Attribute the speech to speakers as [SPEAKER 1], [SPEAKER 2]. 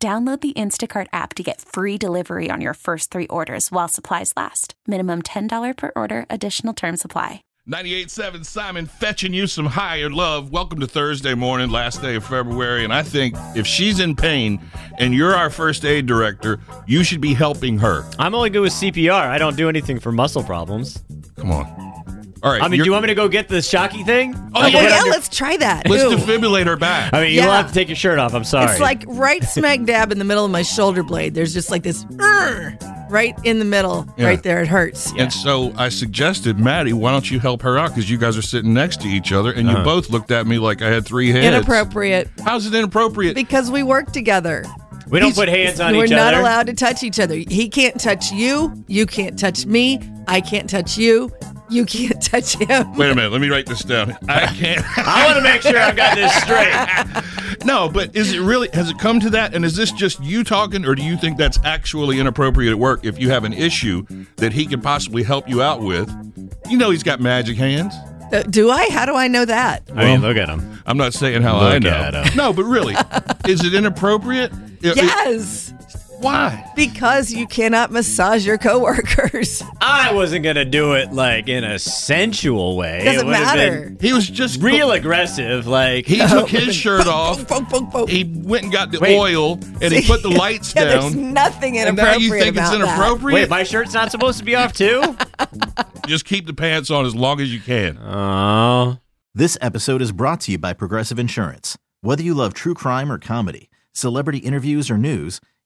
[SPEAKER 1] Download the Instacart app to get free delivery on your first three orders while supplies last. Minimum $10 per order, additional term supply.
[SPEAKER 2] 98.7 Simon fetching you some higher love. Welcome to Thursday morning, last day of February. And I think if she's in pain and you're our first aid director, you should be helping her.
[SPEAKER 3] I'm only good with CPR. I don't do anything for muscle problems.
[SPEAKER 2] Come on. All right.
[SPEAKER 3] I mean, do
[SPEAKER 2] you're-
[SPEAKER 3] you want me to go get the shocky thing?
[SPEAKER 2] Oh,
[SPEAKER 3] Like,
[SPEAKER 2] yeah,
[SPEAKER 3] what
[SPEAKER 4] yeah,
[SPEAKER 3] I'm do-
[SPEAKER 4] let's try that.
[SPEAKER 2] Let's
[SPEAKER 4] Ew.
[SPEAKER 2] defibrillate her back.
[SPEAKER 3] I mean, you'll
[SPEAKER 4] Yeah.
[SPEAKER 3] have to take your shirt off. I'm sorry.
[SPEAKER 4] It's like right smack dab in the middle of my shoulder blade. There's just like this "Urgh," right in the middle,
[SPEAKER 2] Yeah.
[SPEAKER 4] right there. It hurts.
[SPEAKER 2] And so I suggested, Maddie, why don't you help her out? Because you guys are sitting next to each other,
[SPEAKER 3] Uh-huh.
[SPEAKER 2] and you both looked at me like I had three heads.
[SPEAKER 4] Inappropriate
[SPEAKER 2] How's it inappropriate?
[SPEAKER 4] because we work together.
[SPEAKER 3] we don't put hands on
[SPEAKER 4] We're
[SPEAKER 3] each
[SPEAKER 4] not
[SPEAKER 3] other.
[SPEAKER 4] allowed to touch each other. He can't touch you. You can't touch me. I can't touch you. You can't touch him.
[SPEAKER 2] Wait a minute. Let me write this down. I can't.
[SPEAKER 3] I want to make sure I've got this straight.
[SPEAKER 2] no, but is it really? Has it come to that? And is this just you talking, or do you think that's actually inappropriate at work? If you have an issue that he could possibly help you out with, you know he's got magic hands.
[SPEAKER 4] Uh, Do I? How do I know
[SPEAKER 2] Uh,
[SPEAKER 4] that?
[SPEAKER 3] I mean, look at him.
[SPEAKER 2] I'm not saying how
[SPEAKER 3] Look
[SPEAKER 2] I know.
[SPEAKER 3] at him.
[SPEAKER 2] No, but really, is it inappropriate? It- it-
[SPEAKER 4] Yes,
[SPEAKER 2] why?
[SPEAKER 4] because you cannot massage your coworkers.
[SPEAKER 3] I wasn't gonna do it like in a sensual way. It
[SPEAKER 4] Doesn't
[SPEAKER 3] would've
[SPEAKER 4] matter.
[SPEAKER 3] been
[SPEAKER 2] He was just
[SPEAKER 3] Real aggressive, like
[SPEAKER 2] He took his shirt off.
[SPEAKER 4] Poke, poke, poke, poke.
[SPEAKER 2] he went and got the
[SPEAKER 3] Wait.
[SPEAKER 2] oil and he put the lights
[SPEAKER 4] Yeah, There's
[SPEAKER 2] down.
[SPEAKER 4] nothing inappropriate
[SPEAKER 2] And now you think it's
[SPEAKER 4] about
[SPEAKER 2] inappropriate?
[SPEAKER 3] Wait, my shirt's not supposed to be off too?
[SPEAKER 2] Just keep the pants on as long as you can.
[SPEAKER 3] Oh.
[SPEAKER 5] This episode is brought to you by Progressive Insurance. Whether you love true crime or comedy, celebrity interviews or news,